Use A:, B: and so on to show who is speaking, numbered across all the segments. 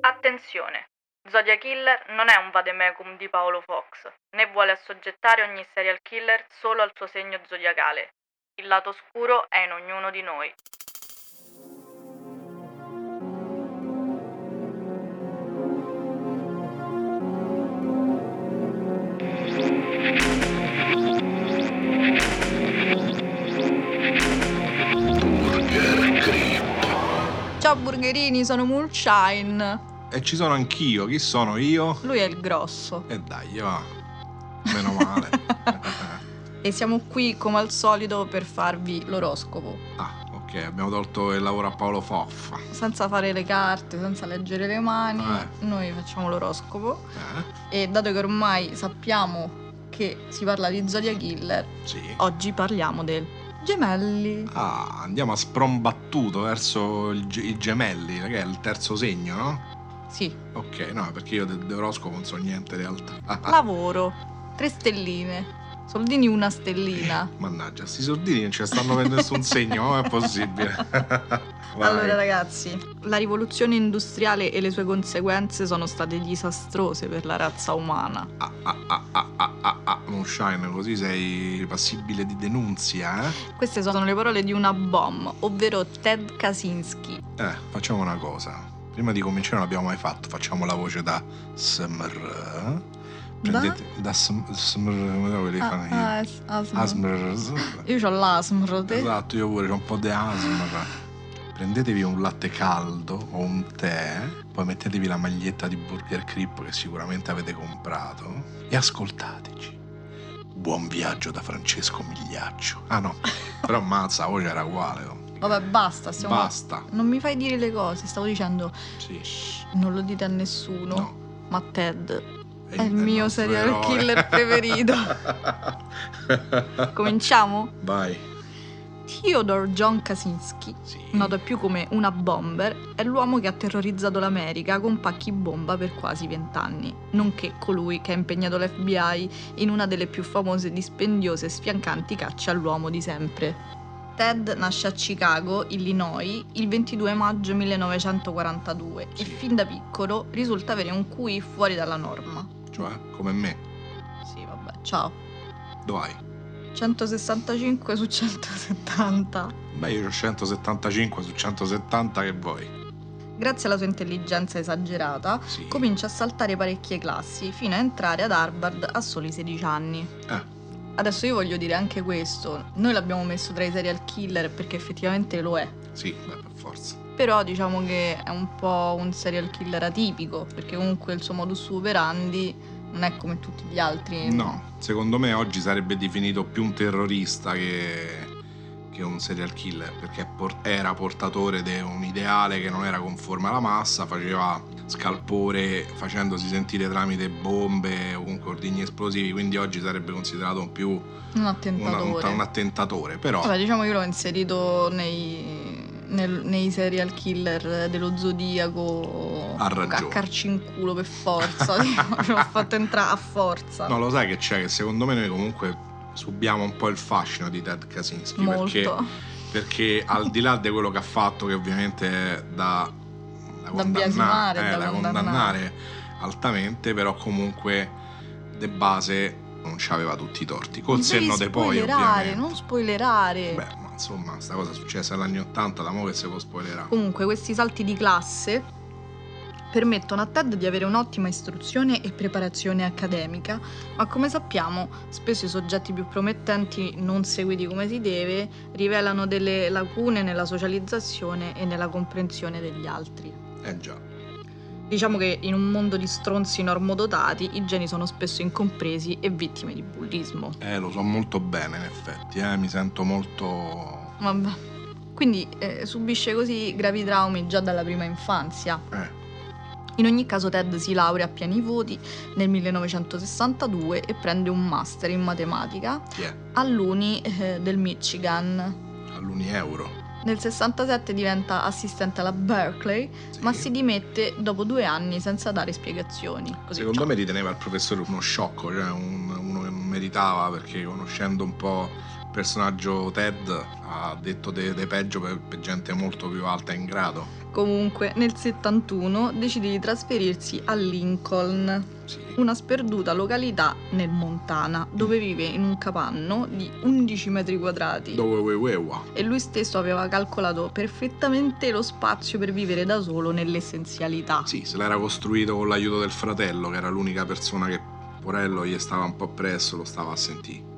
A: Attenzione! Zodiac Killer non è un vademecum di Paolo Fox, né vuole assoggettare ogni serial killer solo al suo segno zodiacale. Il lato oscuro è in ognuno di noi.
B: Ciao burgerini, sono Mulshine.
C: E ci sono anch'io, chi sono io?
B: Lui è il grosso.
C: E dai, va. Meno male.
B: E siamo qui come al solito per farvi l'oroscopo.
C: ah, ok, abbiamo tolto il lavoro a Paolo Foffa.
B: Senza fare le carte, senza leggere le mani,
C: Eh.
B: noi facciamo l'oroscopo.
C: Eh?
B: E dato che ormai sappiamo che si parla di Zodiac Killer,
C: Sì.
B: oggi parliamo del gemelli.
C: Ah, andiamo a sprombattuto verso il ge- i gemelli, che è il terzo segno, no?
B: Sì,
C: Ok, no, perché io de- d'oroscopo non so niente in realtà.
B: lavoro. Tre stelline. Soldini una stellina.
C: Mannaggia, sti sordini non ci stanno per nessun segno, come è possibile? Vai.
B: Allora ragazzi, la rivoluzione industriale e le sue conseguenze sono state disastrose per la razza umana.
C: Ah, ah, ah, ah, ah, ah, ah, Moonshine, così sei passibile di denunzia, eh?
B: Queste sono le parole di una bomb, ovvero Ted Kaczynski.
C: Eh, facciamo una cosa. Prima di cominciare non l'abbiamo mai fatto, facciamo la voce da smr. Prendete da, sm- smr, come devo li fanno io?
B: as- asmr.
C: Asmr. smr.
B: Io ho l'asmro, te?
C: Esatto, io pure c'ho un po' di asmr. Prendetevi un latte caldo o un tè, poi mettetevi la maglietta di Burger Crip che sicuramente avete comprato e ascoltateci. Buon viaggio da Francesco Migliaccio. Ah no, però mazza, la voce era uguale. oh.
B: Vabbè, basta, stiamo...
C: Basta.
B: Non mi fai dire le cose, stavo dicendo,
C: Sì.
B: shh, non lo dite a nessuno,
C: No.
B: ma Ted.
C: È,
B: il mio
C: nostro
B: serial killer preferito. Cominciamo?
C: Vai.
B: Theodore John Kaczynski,
C: Sì.
B: noto più come una bomber, è l'uomo che ha terrorizzato l'America con pacchi bomba per quasi vent'anni, nonché colui che ha impegnato l'FBI in una delle più famose, dispendiose e sfiancanti cacce all'uomo di sempre. Ted nasce a Chicago, Illinois, il 22 maggio 1942
C: Sì.
B: e fin da piccolo risulta avere un QI fuori dalla norma.
C: Cioè, come me.
B: Sì, vabbè, ciao.
C: Dov'hai?
B: 165 su 170.
C: Beh, io ho 175 su 170 che vuoi.
B: Grazie alla sua intelligenza esagerata,
C: Sì.
B: comincia a saltare parecchie classi fino a entrare ad Harvard a soli 16 anni.
C: Ah.
B: Adesso io voglio dire anche questo, noi l'abbiamo messo tra i serial killer perché effettivamente lo è,
C: Sì, beh, per forza.
B: però diciamo che è un po' un serial killer atipico, perché comunque il suo modus operandi non è come tutti gli altri.
C: No, secondo me oggi sarebbe definito più un terrorista che, che un serial killer, perché por- era portatore di un ideale che non era conforme alla massa, faceva scalpore facendosi sentire tramite bombe o con ordigni esplosivi, quindi oggi sarebbe considerato un più un,
B: Un
C: un-
B: attentatore.
C: un attentatore, però...
B: Vabbè, diciamo che io l'ho inserito nei, nel- nei serial killer dello zodiaco.
C: Ha ragione.
B: A carci in culo per forza. tipo, l'ho fatto entrare a forza.
C: No, lo sai che c'è, che secondo me noi comunque subiamo un po' il fascino di Ted Kaczynski perché,
B: Molto.
C: perché al di là di quello che ha fatto, che ovviamente è da, da,
B: biasimare,
C: eh,
B: da
C: da
B: condannare.
C: condannare altamente, però comunque de base non ci aveva tutti i torti. Col
B: Non devi
C: senno de poi,
B: spoilerare,
C: ovviamente.
B: non spoilerare.
C: Beh, ma insomma, sta cosa è successa negli anni 80, da mo' che se può spoilerare.
B: Comunque, questi salti di classe permettono a Ted di avere un'ottima istruzione e preparazione accademica, ma come sappiamo spesso i soggetti più promettenti, non seguiti come si deve, rivelano delle lacune nella socializzazione e nella comprensione degli altri.
C: Eh già.
B: Diciamo che in un mondo di stronzi normodotati i geni sono spesso incompresi e vittime di bullismo.
C: Eh, lo so molto bene, in effetti, eh, mi sento molto...
B: Vabbè. Quindi eh, subisce così gravi traumi già dalla prima infanzia.
C: Eh,
B: In ogni caso Ted si laurea a pieni voti nel 1962 e prende un master in matematica
C: chi è?
B: all'Uni eh, del Michigan.
C: All'Unieuro.
B: Nel 67 diventa assistente alla Berkeley,
C: Sì.
B: ma si dimette dopo due anni senza dare spiegazioni. Così,
C: Secondo
B: ciao.
C: me eh, riteneva il professore uno sciocco, cioè un- uno che non meritava perché conoscendo un po' personaggio Ted ha detto de, de peggio per, per gente molto più alta in grado.
B: Comunque, nel 71 decide di trasferirsi a Lincoln,
C: Sì.
B: una sperduta località nel Montana, dove vive in un capanno di 11 metri quadrati.
C: Dove we we wa.
B: e lui stesso aveva calcolato perfettamente lo spazio per vivere da solo nell'essenzialità.
C: Sì, se l'era costruito con l'aiuto del fratello, che era l'unica persona che Porello gli stava un po' presso, lo stava a sentire.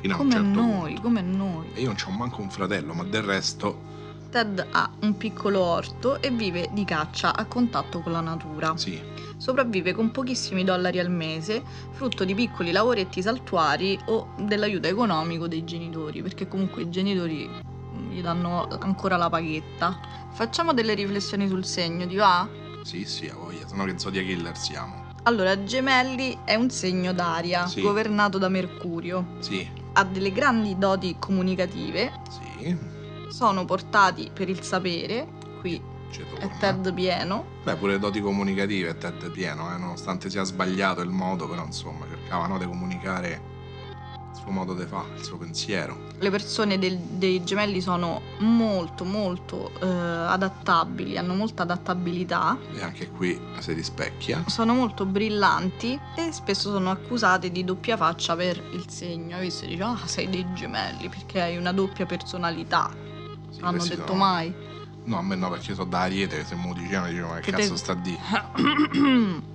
C: Fino a
B: come
C: un certo
B: noi,
C: punto.
B: come noi.
C: E io non c'ho manco un fratello, ma del resto,
B: Ted ha un piccolo orto e vive di caccia a contatto con la natura.
C: sì,
B: Sopravvive con pochissimi dollari al mese, frutto di piccoli lavoretti saltuari o dell'aiuto economico dei genitori, perché comunque i genitori mm, gli danno ancora la paghetta. Facciamo delle riflessioni sul segno, ti va?
C: sì, sì, a voglia, sennò che Zodiac Killer siamo.
B: Allora, Gemelli è un segno d'aria,
C: Sì.
B: governato da Mercurio.
C: Sì,
B: Ha delle grandi doti comunicative,
C: sì,
B: sono portati per il sapere, qui
C: c'è
B: è
C: torna.
B: Ted pieno,
C: Beh, pure doti comunicative è Ted pieno, eh, nonostante sia sbagliato il modo, però insomma, cercavano di comunicare il suo modo di fare, il suo pensiero.
B: le persone del- dei gemelli sono molto molto eh, adattabili, hanno molta adattabilità,
C: E anche qui si rispecchia.
B: sono molto brillanti e spesso sono accusate di doppia faccia per il segno, Hai visto dice ah sei dei gemelli perché hai una doppia personalità,
C: Sì,
B: hanno
C: questi
B: detto
C: sono-
B: mai.
C: No, a me no, perché so da Ariete, se mi dicevano, dicevo, ma che
B: Che te-
C: cazzo sta di?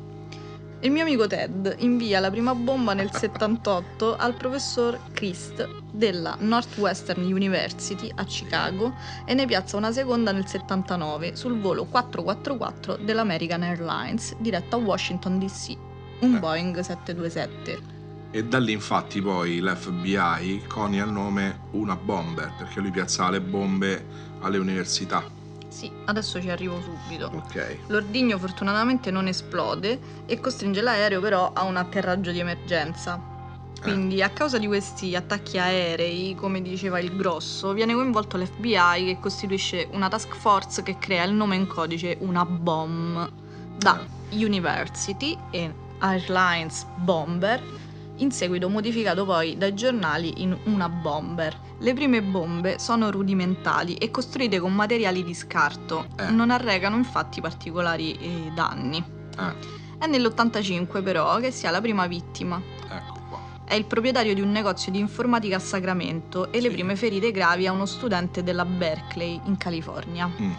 B: Il mio amico Ted invia la prima bomba nel 78 al professor Christ della Northwestern University a Chicago e ne piazza una seconda nel 79 sul volo 444 dell'American Airlines diretto a Washington DC, un
C: Eh.
B: Boeing 727.
C: E da lì infatti poi l'FBI conia il nome una bomber, perché lui piazzava le bombe alle università.
B: Sì, adesso ci arrivo subito.
C: Ok.
B: L'ordigno fortunatamente non esplode e costringe l'aereo però a un atterraggio di emergenza. Quindi a causa di questi attacchi aerei, come diceva il grosso, viene coinvolto l'FBI che costituisce una task force che crea il nome in codice una bomb da University e Airlines Bomber, in seguito modificato poi dai giornali in una bomber. Le prime bombe sono rudimentali e costruite con materiali di scarto,
C: Eh.
B: non arrecano infatti particolari eh, danni.
C: Eh.
B: È nell'85 però che si ha la prima vittima,
C: Ecco qua.
B: è il proprietario di un negozio di informatica a Sacramento e le
C: Sì.
B: prime ferite gravi a uno studente della Berkeley in California.
C: Mm.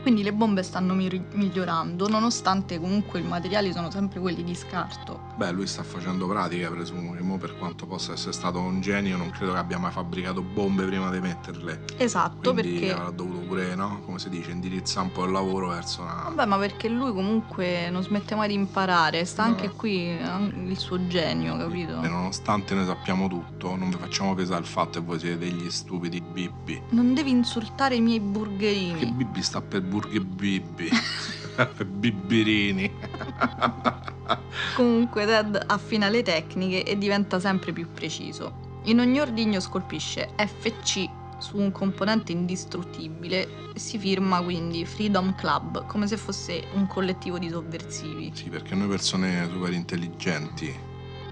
B: Quindi le bombe stanno mir- migliorando, nonostante comunque i materiali sono sempre quelli di scarto.
C: Beh, lui sta facendo pratica, presumo, che mo per quanto possa essere stato un genio, non credo che abbia mai fabbricato bombe prima di metterle.
B: Esatto,
C: Quindi eh,
B: perché...
C: avrà dovuto pure, no? Come si dice, indirizzare un po' il lavoro verso una...
B: Vabbè, ma perché lui comunque non smette mai di imparare, sta
C: No. Eh,
B: anche qui eh, il suo genio, capito?
C: E nonostante noi sappiamo tutto, non vi facciamo pesare il fatto che voi siete degli stupidi bibbi.
B: Non devi insultare i miei
C: Che
B: burgherini.
C: Bibi sta per Burger Bibi, per Bibbirini.
B: Comunque Ted affina le tecniche e diventa sempre più preciso. In ogni ordigno scolpisce FC su un componente indistruttibile e si firma quindi Freedom Club come se fosse un collettivo di sovversivi.
C: sì, perché noi persone super intelligenti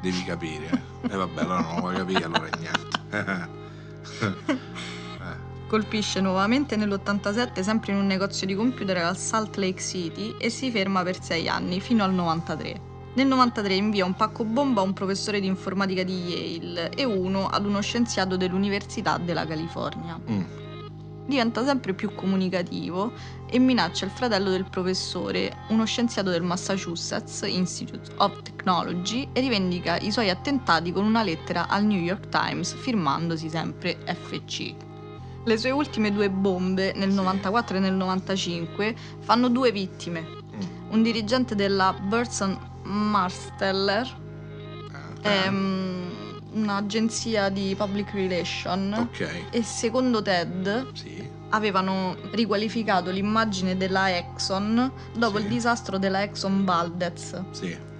C: devi capire. E vabbè, allora non lo vuoi capire, allora è niente. Eh,
B: Colpisce nuovamente nell'87 sempre in un negozio di computer a Salt Lake City e si ferma per 6 anni fino al 93. Nel 93 invia un pacco bomba a un professore di informatica di Yale e uno ad uno scienziato dell'Università della California.
C: mm,
B: diventa sempre più comunicativo e minaccia il fratello del professore, uno scienziato del Massachusetts Institute of Technology, e rivendica i suoi attentati con una lettera al New York Times firmandosi sempre FC. Le sue ultime due bombe nel
C: Sì.
B: 94 e nel 95 fanno due vittime.
C: mm,
B: Un dirigente della Burson Marsteller,
C: eh, eh,
B: ehm, un'agenzia di public relation,
C: Ok,
B: e secondo Ted
C: sì.
B: avevano riqualificato l'immagine della Exxon dopo
C: Sì.
B: il disastro della Exxon Valdez.
C: Sì,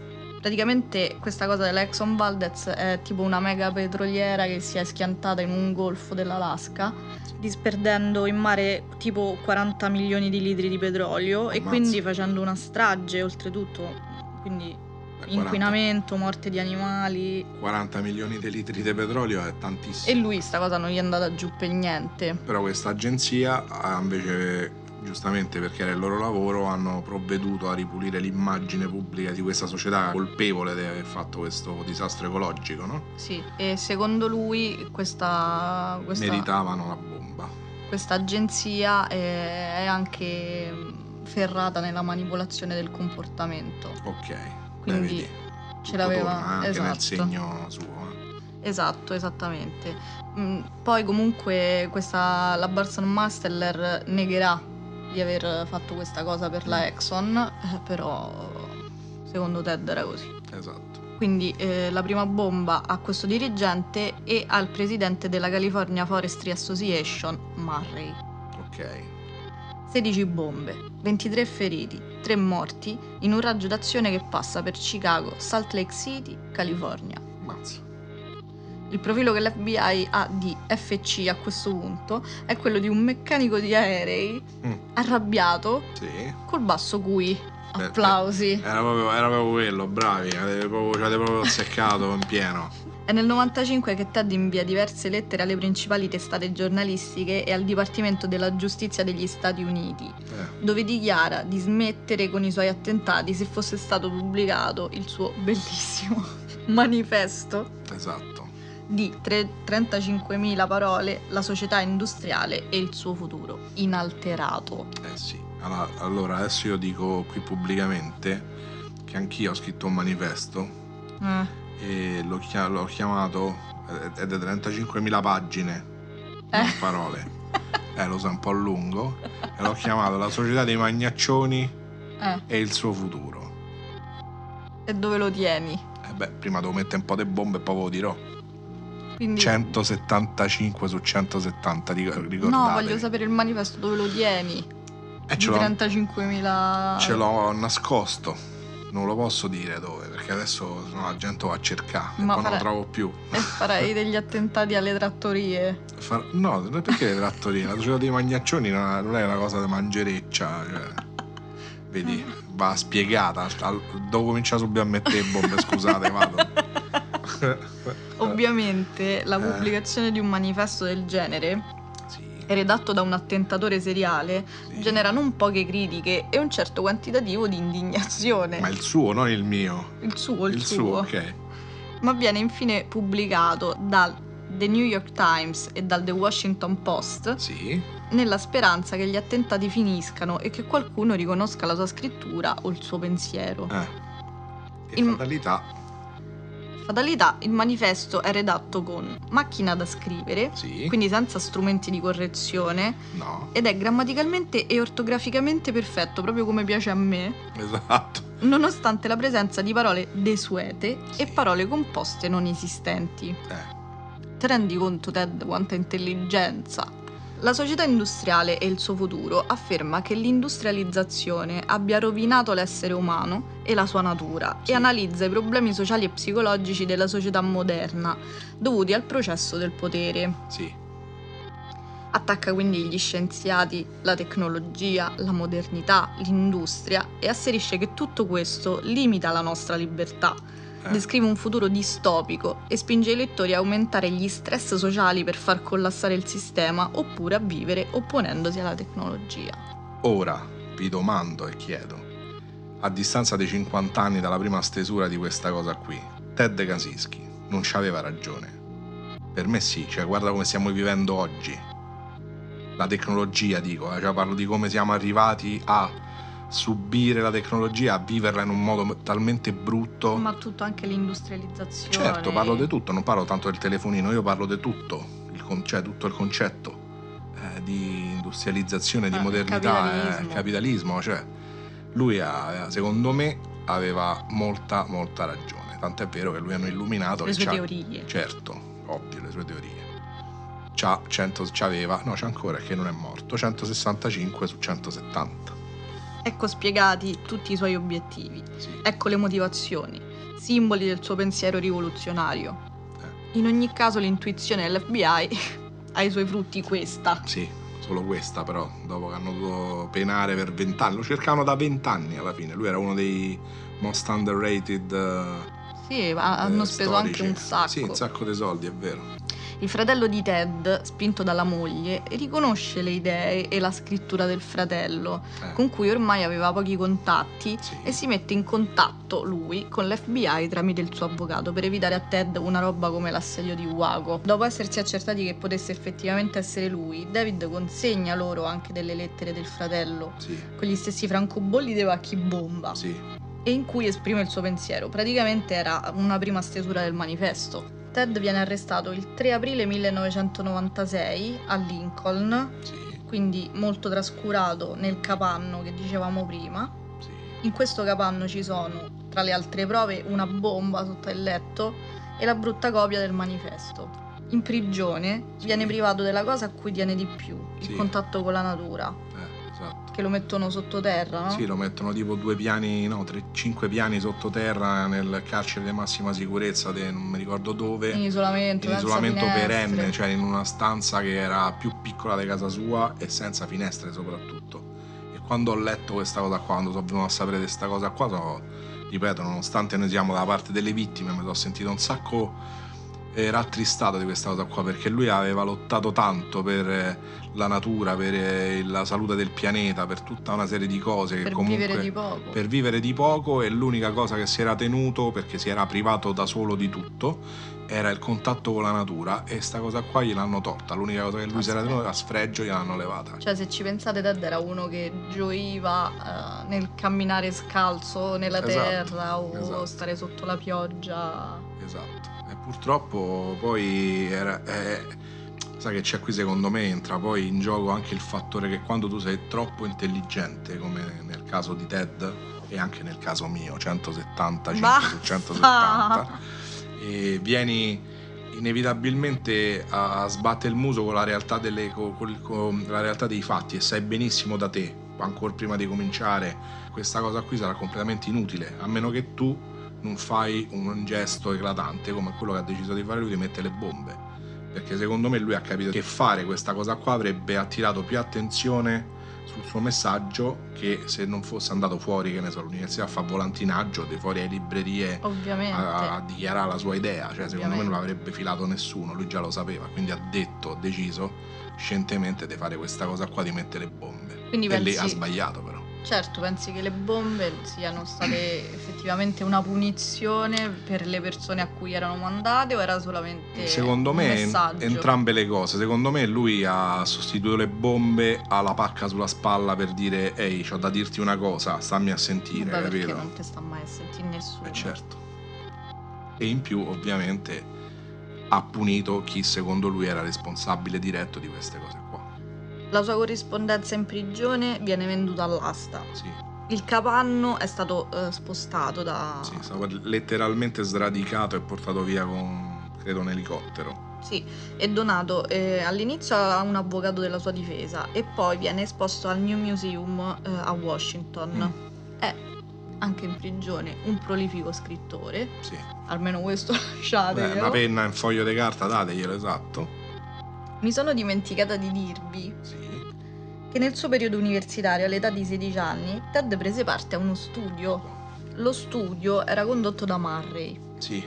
B: Praticamente questa cosa della Exxon Valdez è tipo una mega petroliera che si è schiantata in un golfo dell'Alaska, disperdendo in mare tipo 40 milioni di litri di petrolio e
C: Ammazza.
B: quindi facendo una strage oltretutto. Quindi Inquinamento, morte di animali.
C: 40 milioni di litri di petrolio è
B: E
C: tantissimo.
B: lui sta cosa non gli è andata giù per niente.
C: Però questa agenzia ha invece, giustamente perché era il loro lavoro, hanno provveduto a ripulire l'immagine pubblica di questa società colpevole di aver fatto questo disastro ecologico, no?
B: Sì, e secondo lui questa, questa,
C: Meritavano la bomba.
B: questa agenzia eh, è anche mm, ferrata nella manipolazione del comportamento.
C: Ok. Beh,
B: Quindi
C: vedi, tutto
B: l'aveva-
C: torna anche nel
B: esatto.
C: segno suo. eh.
B: Esatto, esattamente. Mm, Poi comunque questa, la Burson Masteller negherà di aver fatto questa cosa per
C: Mm.
B: la Exxon, eh, però secondo Ted era così.
C: Esatto.
B: Quindi eh, la prima bomba a questo dirigente e al presidente della California Forestry Association, Murray.
C: Ok.
B: 16 bombe, 23 feriti, 3 morti in un raggio d'azione che passa per Chicago, Salt Lake City, California.
C: Mazza.
B: Il profilo che l'FBI ha di FC a questo punto è quello di un meccanico di aerei
C: Mm.
B: arrabbiato
C: Sì.
B: col basso cui.
C: beh.
B: Applausi.
C: Era proprio, era proprio quello, bravi. Avete proprio, ci avete proprio seccato in pieno.
B: È nel 95 che Ted invia diverse lettere alle principali testate giornalistiche e al Dipartimento della Giustizia degli Stati Uniti,
C: Eh,
B: dove dichiara di smettere con i suoi attentati se fosse stato pubblicato il suo bellissimo manifesto
C: esatto.
B: di tre- 35.000 parole, la società industriale e il suo futuro inalterato.
C: Eh sì. Allora, allora, adesso io dico qui pubblicamente che anch'io ho scritto un manifesto
B: Eh,
C: e l'ho, chia- l'ho chiamato eh, è da 35.000 pagine, non
B: Eh.
C: parole. Eh, lo so, è un po' lungo. E l'ho chiamato La società dei magnaccioni
B: eh,
C: e il suo futuro.
B: e dove lo tieni?
C: Eh beh, prima devo mettere un po' di bombe e poi ve lo dirò.
B: Quindi,
C: Cioè, 175 su 170, ric- ricordatevi.
B: no, voglio sapere il manifesto dove lo tieni.
C: Eh,
B: Di
C: ce, l'ho,
B: 35.000...
C: ce l'ho nascosto. Non lo posso dire dove, perché adesso sennò la gente va a cercare e
B: Ma
C: poi non
B: fare-
C: lo trovo più.
B: E farai degli attentati alle trattorie.
C: Far- No, non è perché le trattorie? La società dei magnaccioni non ha- non è una cosa da mangereccia. cioè. Vedi, va spiegata. Al- Devo cominciare subito a mettere bombe, scusate, vado.
B: Ovviamente la
C: Eh.
B: pubblicazione di un manifesto del genere,
C: Sì,
B: redatto da un attentatore seriale,
C: sì.
B: genera non poche critiche e un certo quantitativo di indignazione.
C: Ma il suo, non il mio.
B: Il suo, il,
C: il suo, ok.
B: ma viene infine pubblicato dal The New York Times e dal The Washington Post
C: Sì.
B: nella speranza che gli attentati finiscano e che qualcuno riconosca la sua scrittura o il suo pensiero.
C: Eh. E
B: Il-
C: fatalità,
B: Fatalità, il manifesto è redatto con macchina da scrivere,
C: sì.
B: quindi senza strumenti di correzione,
C: No,
B: ed è grammaticalmente e ortograficamente perfetto, proprio come piace a me,
C: esatto.
B: nonostante la presenza di parole desuete
C: Sì.
B: e parole composte non esistenti.
C: Eh,
B: Ti rendi conto, Ted, quanta intelligenza? La società industriale e il suo futuro afferma che l'industrializzazione abbia rovinato l'essere umano e la sua natura
C: Sì.
B: e analizza i problemi sociali e psicologici della società moderna dovuti al processo del potere.
C: sì. Eh.
B: Attacca quindi gli scienziati, la tecnologia, la modernità, l'industria e asserisce che tutto questo limita la nostra libertà
C: eh,
B: descrive un futuro distopico e spinge i lettori a aumentare gli stress sociali per far collassare il sistema oppure a vivere opponendosi alla tecnologia.
C: Ora vi domando e chiedo, a distanza dei 50 anni dalla prima stesura di questa cosa qui, Ted Kaczynski non ci aveva ragione. Per me sì, cioè guarda come stiamo vivendo oggi. La tecnologia, dico, eh, cioè parlo di come siamo arrivati a subire la tecnologia, a viverla in un modo talmente brutto.
B: Ma tutto anche l'industrializzazione.
C: Oh. Certo, parlo di tutto, non parlo tanto del telefonino, io parlo di tutto, il con- cioè tutto il concetto eh, di industrializzazione, di
B: Eh,
C: modernità,
B: capitalismo.
C: capitalismo. capitalismo, cioè lui ha- secondo me aveva molta molta ragione, tant'è vero che lui hanno illuminato
B: Le
C: che
B: sue
C: c'ha-
B: teorie.
C: Certo, ovvio, le sue teorie. C'ha 100, c'aveva, no c'è ancora che non è morto, 165 su 170.
B: Ecco spiegati tutti i suoi obiettivi.
C: Sì,
B: Ecco le motivazioni, simboli del suo pensiero rivoluzionario.
C: Eh.
B: In ogni caso l'intuizione dell'FBI ha i suoi frutti questa.
C: sì, solo questa però, dopo che hanno dovuto penare per vent'anni, lo cercavano da vent'anni alla fine, lui era uno dei most underrated. eh,
B: Sì, ha- hanno
C: eh,
B: speso
C: storici.
B: anche un sacco.
C: Sì, un sacco di soldi, è vero.
B: Il fratello di Ted, spinto dalla moglie, riconosce le idee e la scrittura del fratello,
C: Eh,
B: con cui ormai aveva pochi contatti,
C: sì.
B: e si mette in contatto lui con l'FBI tramite il suo avvocato per evitare a Ted una roba come l'assedio di Waco. Dopo essersi accertati che potesse effettivamente essere lui, David consegna loro anche delle lettere del fratello,
C: Sì,
B: con gli stessi francobolli dei pacchi bomba,
C: sì.
B: e in cui esprime il suo pensiero. Praticamente era una prima stesura del manifesto. Ted viene arrestato il 3 aprile 1996 a Lincoln,
C: Sì,
B: quindi molto trascurato nel capanno che dicevamo prima.
C: sì.
B: In questo capanno ci sono, tra le altre prove, una bomba sotto il letto e la brutta copia del manifesto. In prigione
C: Sì.
B: viene privato della cosa a cui tiene di più, il
C: Sì.
B: contatto con la natura,
C: Eh, esatto.
B: che lo mettono sottoterra, no?
C: Sì, lo mettono tipo due piani, no, tre, cinque piani sottoterra nel carcere di massima sicurezza, de- non mi ricordo dove.
B: in isolamento,
C: in
B: senza
C: isolamento
B: finestre.
C: perenne, cioè in una stanza che era più piccola di casa sua e senza finestre soprattutto. E quando ho letto questa cosa qua, quando sono venuto a sapere di questa cosa qua, so- ripeto, nonostante noi siamo dalla parte delle vittime, mi sono sentito un sacco eh, rattristato di questa cosa qua, perché lui aveva lottato tanto per eh, la natura, per eh, la salute del pianeta, per tutta una serie di cose che
B: per
C: eh, comunque
B: vivere di poco.
C: per vivere di poco e l'unica cosa che si era tenuto perché si era privato da solo di tutto era il contatto con la natura e sta cosa qua gliel'hanno tolta l'unica cosa che lui
B: A
C: si era
B: sfregio.
C: tenuto a sfregio gliel'hanno levata
B: Cioè, se ci pensate, Ted era uno che gioiva eh, nel camminare scalzo nella
C: Esatto,
B: terra o
C: esatto.
B: stare sotto la pioggia.
C: esatto e purtroppo poi era, eh, sai che c'è qui secondo me entra poi in gioco anche il fattore che quando tu sei troppo intelligente come nel caso di Ted e anche nel caso mio 175 su
B: Basta.
C: 170 e vieni inevitabilmente a, a sbattere il muso con la realtà, delle- co- col- con la realtà dei fatti e sai benissimo da te, ancora prima di cominciare, questa cosa qui sarà completamente inutile, a meno che tu non fai un gesto eclatante come quello che ha deciso di fare lui di mettere le bombe. Perché secondo me lui ha capito che fare questa cosa qua avrebbe attirato più attenzione sul suo messaggio che se non fosse andato fuori, che ne so, all'università a fare volantinaggio, di fuori alle librerie
B: Ovviamente.
C: a, a dichiarare la sua idea, cioè secondo me
B: Ovviamente.
C: non l'avrebbe filato nessuno, lui già lo sapeva, quindi ha detto, ha deciso scientemente di fare questa cosa qua di mettere bombe.
B: Quindi
C: e lì ha
B: pensi-
C: sbagliato però.
B: Certo, pensi che le bombe siano state effettivamente una punizione per le persone a cui erano mandate o era solamente
C: Secondo
B: un
C: me
B: messaggio?
C: entrambe le cose, secondo me lui ha sostituito le bombe alla pacca sulla spalla per dire ehi, ho da dirti una cosa, stammi a sentire,
B: Vabbè, perché
C: capito?
B: non te sta mai a sentire nessuno.
C: Eh, certo. E in più ovviamente ha punito chi secondo lui era responsabile diretto di queste cose qua.
B: La sua corrispondenza in prigione viene venduta all'asta.
C: Sì.
B: Il capanno è stato eh, spostato da...
C: Sì, è stato letteralmente sradicato e portato via con, credo, un elicottero.
B: Sì, è donato eh, all'inizio a un avvocato della sua difesa e poi viene esposto al New Museum eh, a Washington.
C: Mm.
B: È anche in prigione un prolifico scrittore,
C: Sì.
B: almeno questo
C: Beh,
B: lasciate.
C: una penna e un foglio di carta, dateglielo, esatto.
B: Mi sono dimenticata di dirvi
C: Sì.
B: che nel suo periodo universitario, all'età di 16 anni, Ted prese parte a uno studio. Lo studio era condotto da Murray.
C: Sì.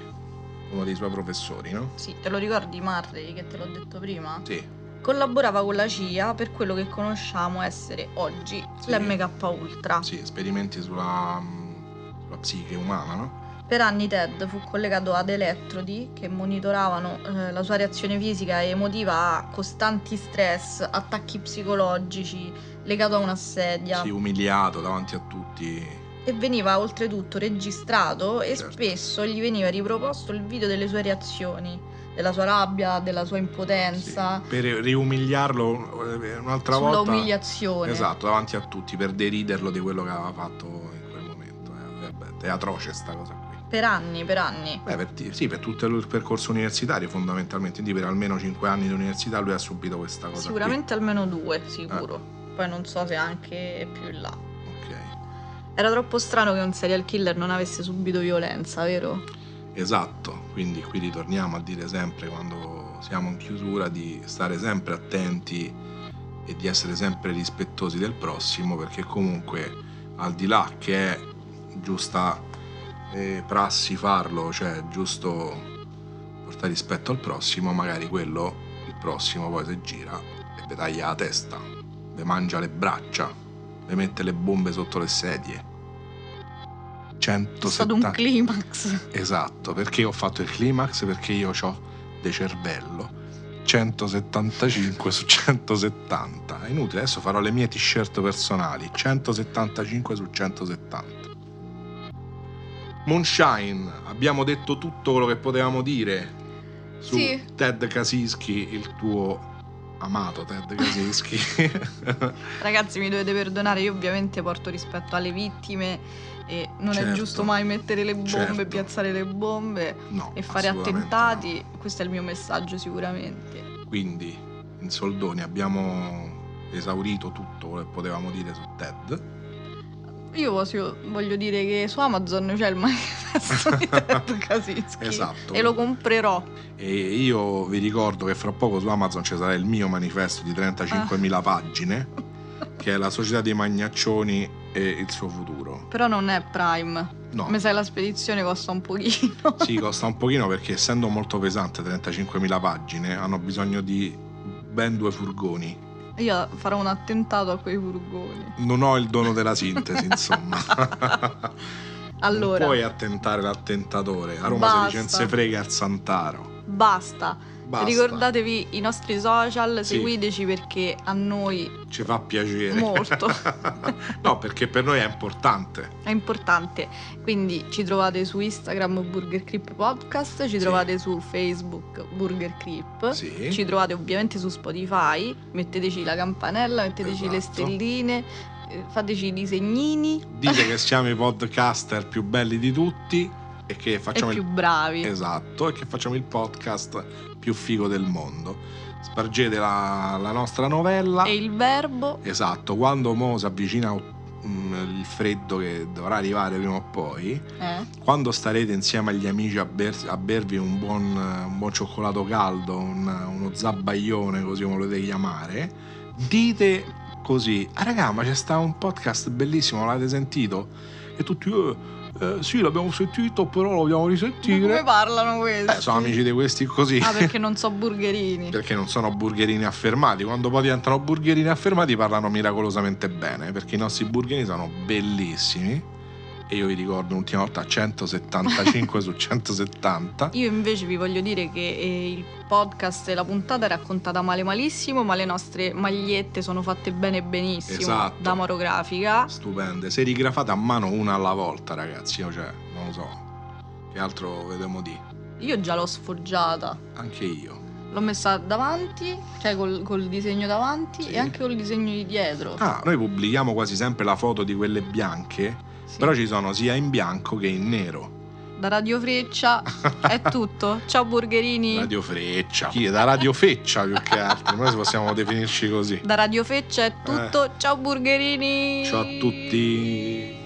C: Uno dei suoi professori, no?
B: Sì, te lo ricordi Murray che te l'ho detto prima?
C: Sì.
B: Collaborava con la CIA per quello che conosciamo essere oggi
C: Sì.
B: l'MK Ultra.
C: Sì, esperimenti sulla, mh, sulla psiche umana, no?
B: Per anni Ted fu collegato ad elettrodi che monitoravano eh, la sua reazione fisica e emotiva a costanti stress, attacchi psicologici, legato a una sedia
C: Sì, umiliato davanti a tutti.
B: e veniva oltretutto registrato e
C: Certo.
B: spesso gli veniva riproposto il video delle sue reazioni, della sua rabbia, della sua
C: Sì.
B: impotenza,
C: Per riumiliarlo eh, un'altra
B: sulla
C: volta.
B: umiliazione.
C: Esatto, davanti a tutti, per deriderlo di quello che aveva fatto in quel momento. eh. Eh, beh, È atroce sta cosa qui.
B: Per anni, per anni.
C: Beh, per ti- sì, per tutto il percorso universitario fondamentalmente, quindi per almeno 5 anni di università lui ha subito questa cosa. qui. Ah.
B: Sicuramente almeno due, sicuro. Poi non so se anche più in là.
C: Ok,
B: Era troppo strano che un serial killer non avesse subito violenza, vero?
C: esatto, quindi qui ritorniamo a dire sempre quando siamo in chiusura di stare sempre attenti e di essere sempre rispettosi del prossimo perché comunque al di là che è giusta eh, prassi farlo, cioè giusto portare rispetto al prossimo, magari quello, il prossimo poi se gira e ve taglia la testa, ve mangia le braccia, ve mette le bombe sotto le sedie.
B: È stato un
C: 170
B: climax.
C: Esatto, perché ho fatto il climax? Perché io ho de cervello. 175 su 170. È inutile, adesso farò le mie t-shirt personali. 175 su 170. Moonshine, abbiamo detto tutto quello che potevamo dire su
B: Sì.
C: Ted Kaczynski, il tuo amato Ted Kaczynski.
B: Ragazzi, mi dovete perdonare, io ovviamente porto rispetto alle vittime e non è
C: Certo.
B: giusto mai mettere le bombe,
C: Certo.
B: piazzare le bombe
C: no,
B: e fare
C: assolutamente
B: attentati. Questo è il mio messaggio sicuramente.
C: no. Quindi, in soldoni, abbiamo esaurito tutto quello che potevamo dire su Ted.
B: Io voglio, voglio dire che su Amazon c'è il manifesto di Ted Kaczynski
C: Esatto.
B: e lo comprerò.
C: E io vi ricordo che fra poco su Amazon ci sarà il mio manifesto di 35.000
B: Ah.
C: pagine, che è la società dei magnaccioni e il suo futuro.
B: Però non è Prime.
C: No,
B: Mi sa che la spedizione costa un pochino.
C: sì, costa un pochino perché essendo molto pesante 35.000 pagine, hanno bisogno di ben due furgoni.
B: Io farò un attentato a quei furgoni.
C: Non ho il dono della sintesi, insomma.
B: Allora,
C: Non puoi attentare l'attentatore. A Roma si dice non
B: Basta.
C: se frega il Santaro.
B: basta.
C: Basta.
B: Ricordatevi i nostri social,
C: Sì.
B: seguiteci perché a noi
C: Ci fa piacere.
B: Molto.
C: no, perché per noi è importante.
B: è importante. Quindi ci trovate su Instagram Burger Creep Podcast, ci trovate su Facebook Burger Creep.
C: Sì.
B: Ci trovate ovviamente su Spotify, metteteci la campanella, metteteci le
C: Esatto.
B: stelline, eh, fateci i disegnini
C: Dite che siamo i podcaster più belli di tutti e che facciamo
B: e più
C: il
B: bravi.
C: esatto, e che facciamo il podcast più figo del mondo. Spargete la, la nostra novella.
B: E il verbo
C: Esatto, quando mo si avvicina mm, il freddo che dovrà arrivare prima o poi,
B: eh,
C: quando starete insieme agli amici a, ber- a bervi un buon, un buon cioccolato caldo, un- uno zabbaglione, così come volete chiamare, dite così, ah raga, ma c'è sta un podcast bellissimo, l'avete sentito? E tutti, eh, eh, sì, l'abbiamo sentito, però lo vogliamo
B: Ma come
C: risentire.
B: parlano questi?
C: Eh, sono amici di questi così.
B: Ah, perché non so burgerini.
C: Perché non sono burgerini affermati, quando poi diventano burgerini affermati parlano miracolosamente bene, perché i nostri burgerini sono bellissimi. E io vi ricordo l'ultima volta 175 su 170.
B: Io invece vi voglio dire che eh, il podcast e la puntata è raccontata male malissimo, ma le nostre magliette sono fatte bene benissimo
C: Esatto.
B: da morografica.
C: Stupende, serigrafate a mano una alla volta, ragazzi. Io cioè, non lo so. Che altro vedemo di?
B: Io già l'ho sfoggiata.
C: Anche io.
B: L'ho messa davanti, cioè col, col disegno davanti
C: Sì.
B: e anche col disegno di dietro.
C: Ah, noi pubblichiamo quasi sempre la foto di quelle bianche,
B: Sì.
C: però ci sono sia in bianco che in nero.
B: Da Radio Freccia è tutto. Ciao burgerini.
C: Radio Freccia. Chi è da Radio Feccia più che altro, noi possiamo definirci così.
B: Da Radio Freccia è tutto. Ciao burgerini.
C: Ciao a Eh. tutti.